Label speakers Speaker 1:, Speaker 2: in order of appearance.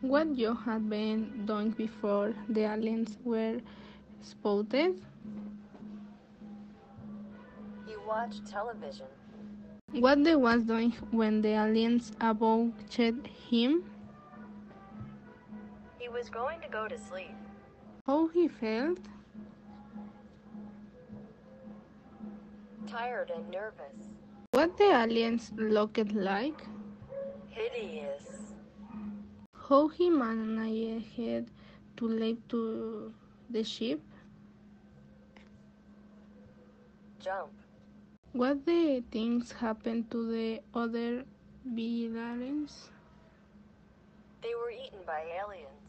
Speaker 1: what you had been doing before the aliens were spotted?
Speaker 2: You watch television.
Speaker 1: What they was doing when the aliens abducted him?
Speaker 2: He was going to go to sleep.
Speaker 1: How he felt?
Speaker 2: Tired and nervous.
Speaker 1: What the aliens looked like?
Speaker 2: Hideous.
Speaker 1: How he managed to live to the ship?
Speaker 2: Jump.
Speaker 1: What the things happened to the other aliens?
Speaker 2: They were eaten by aliens.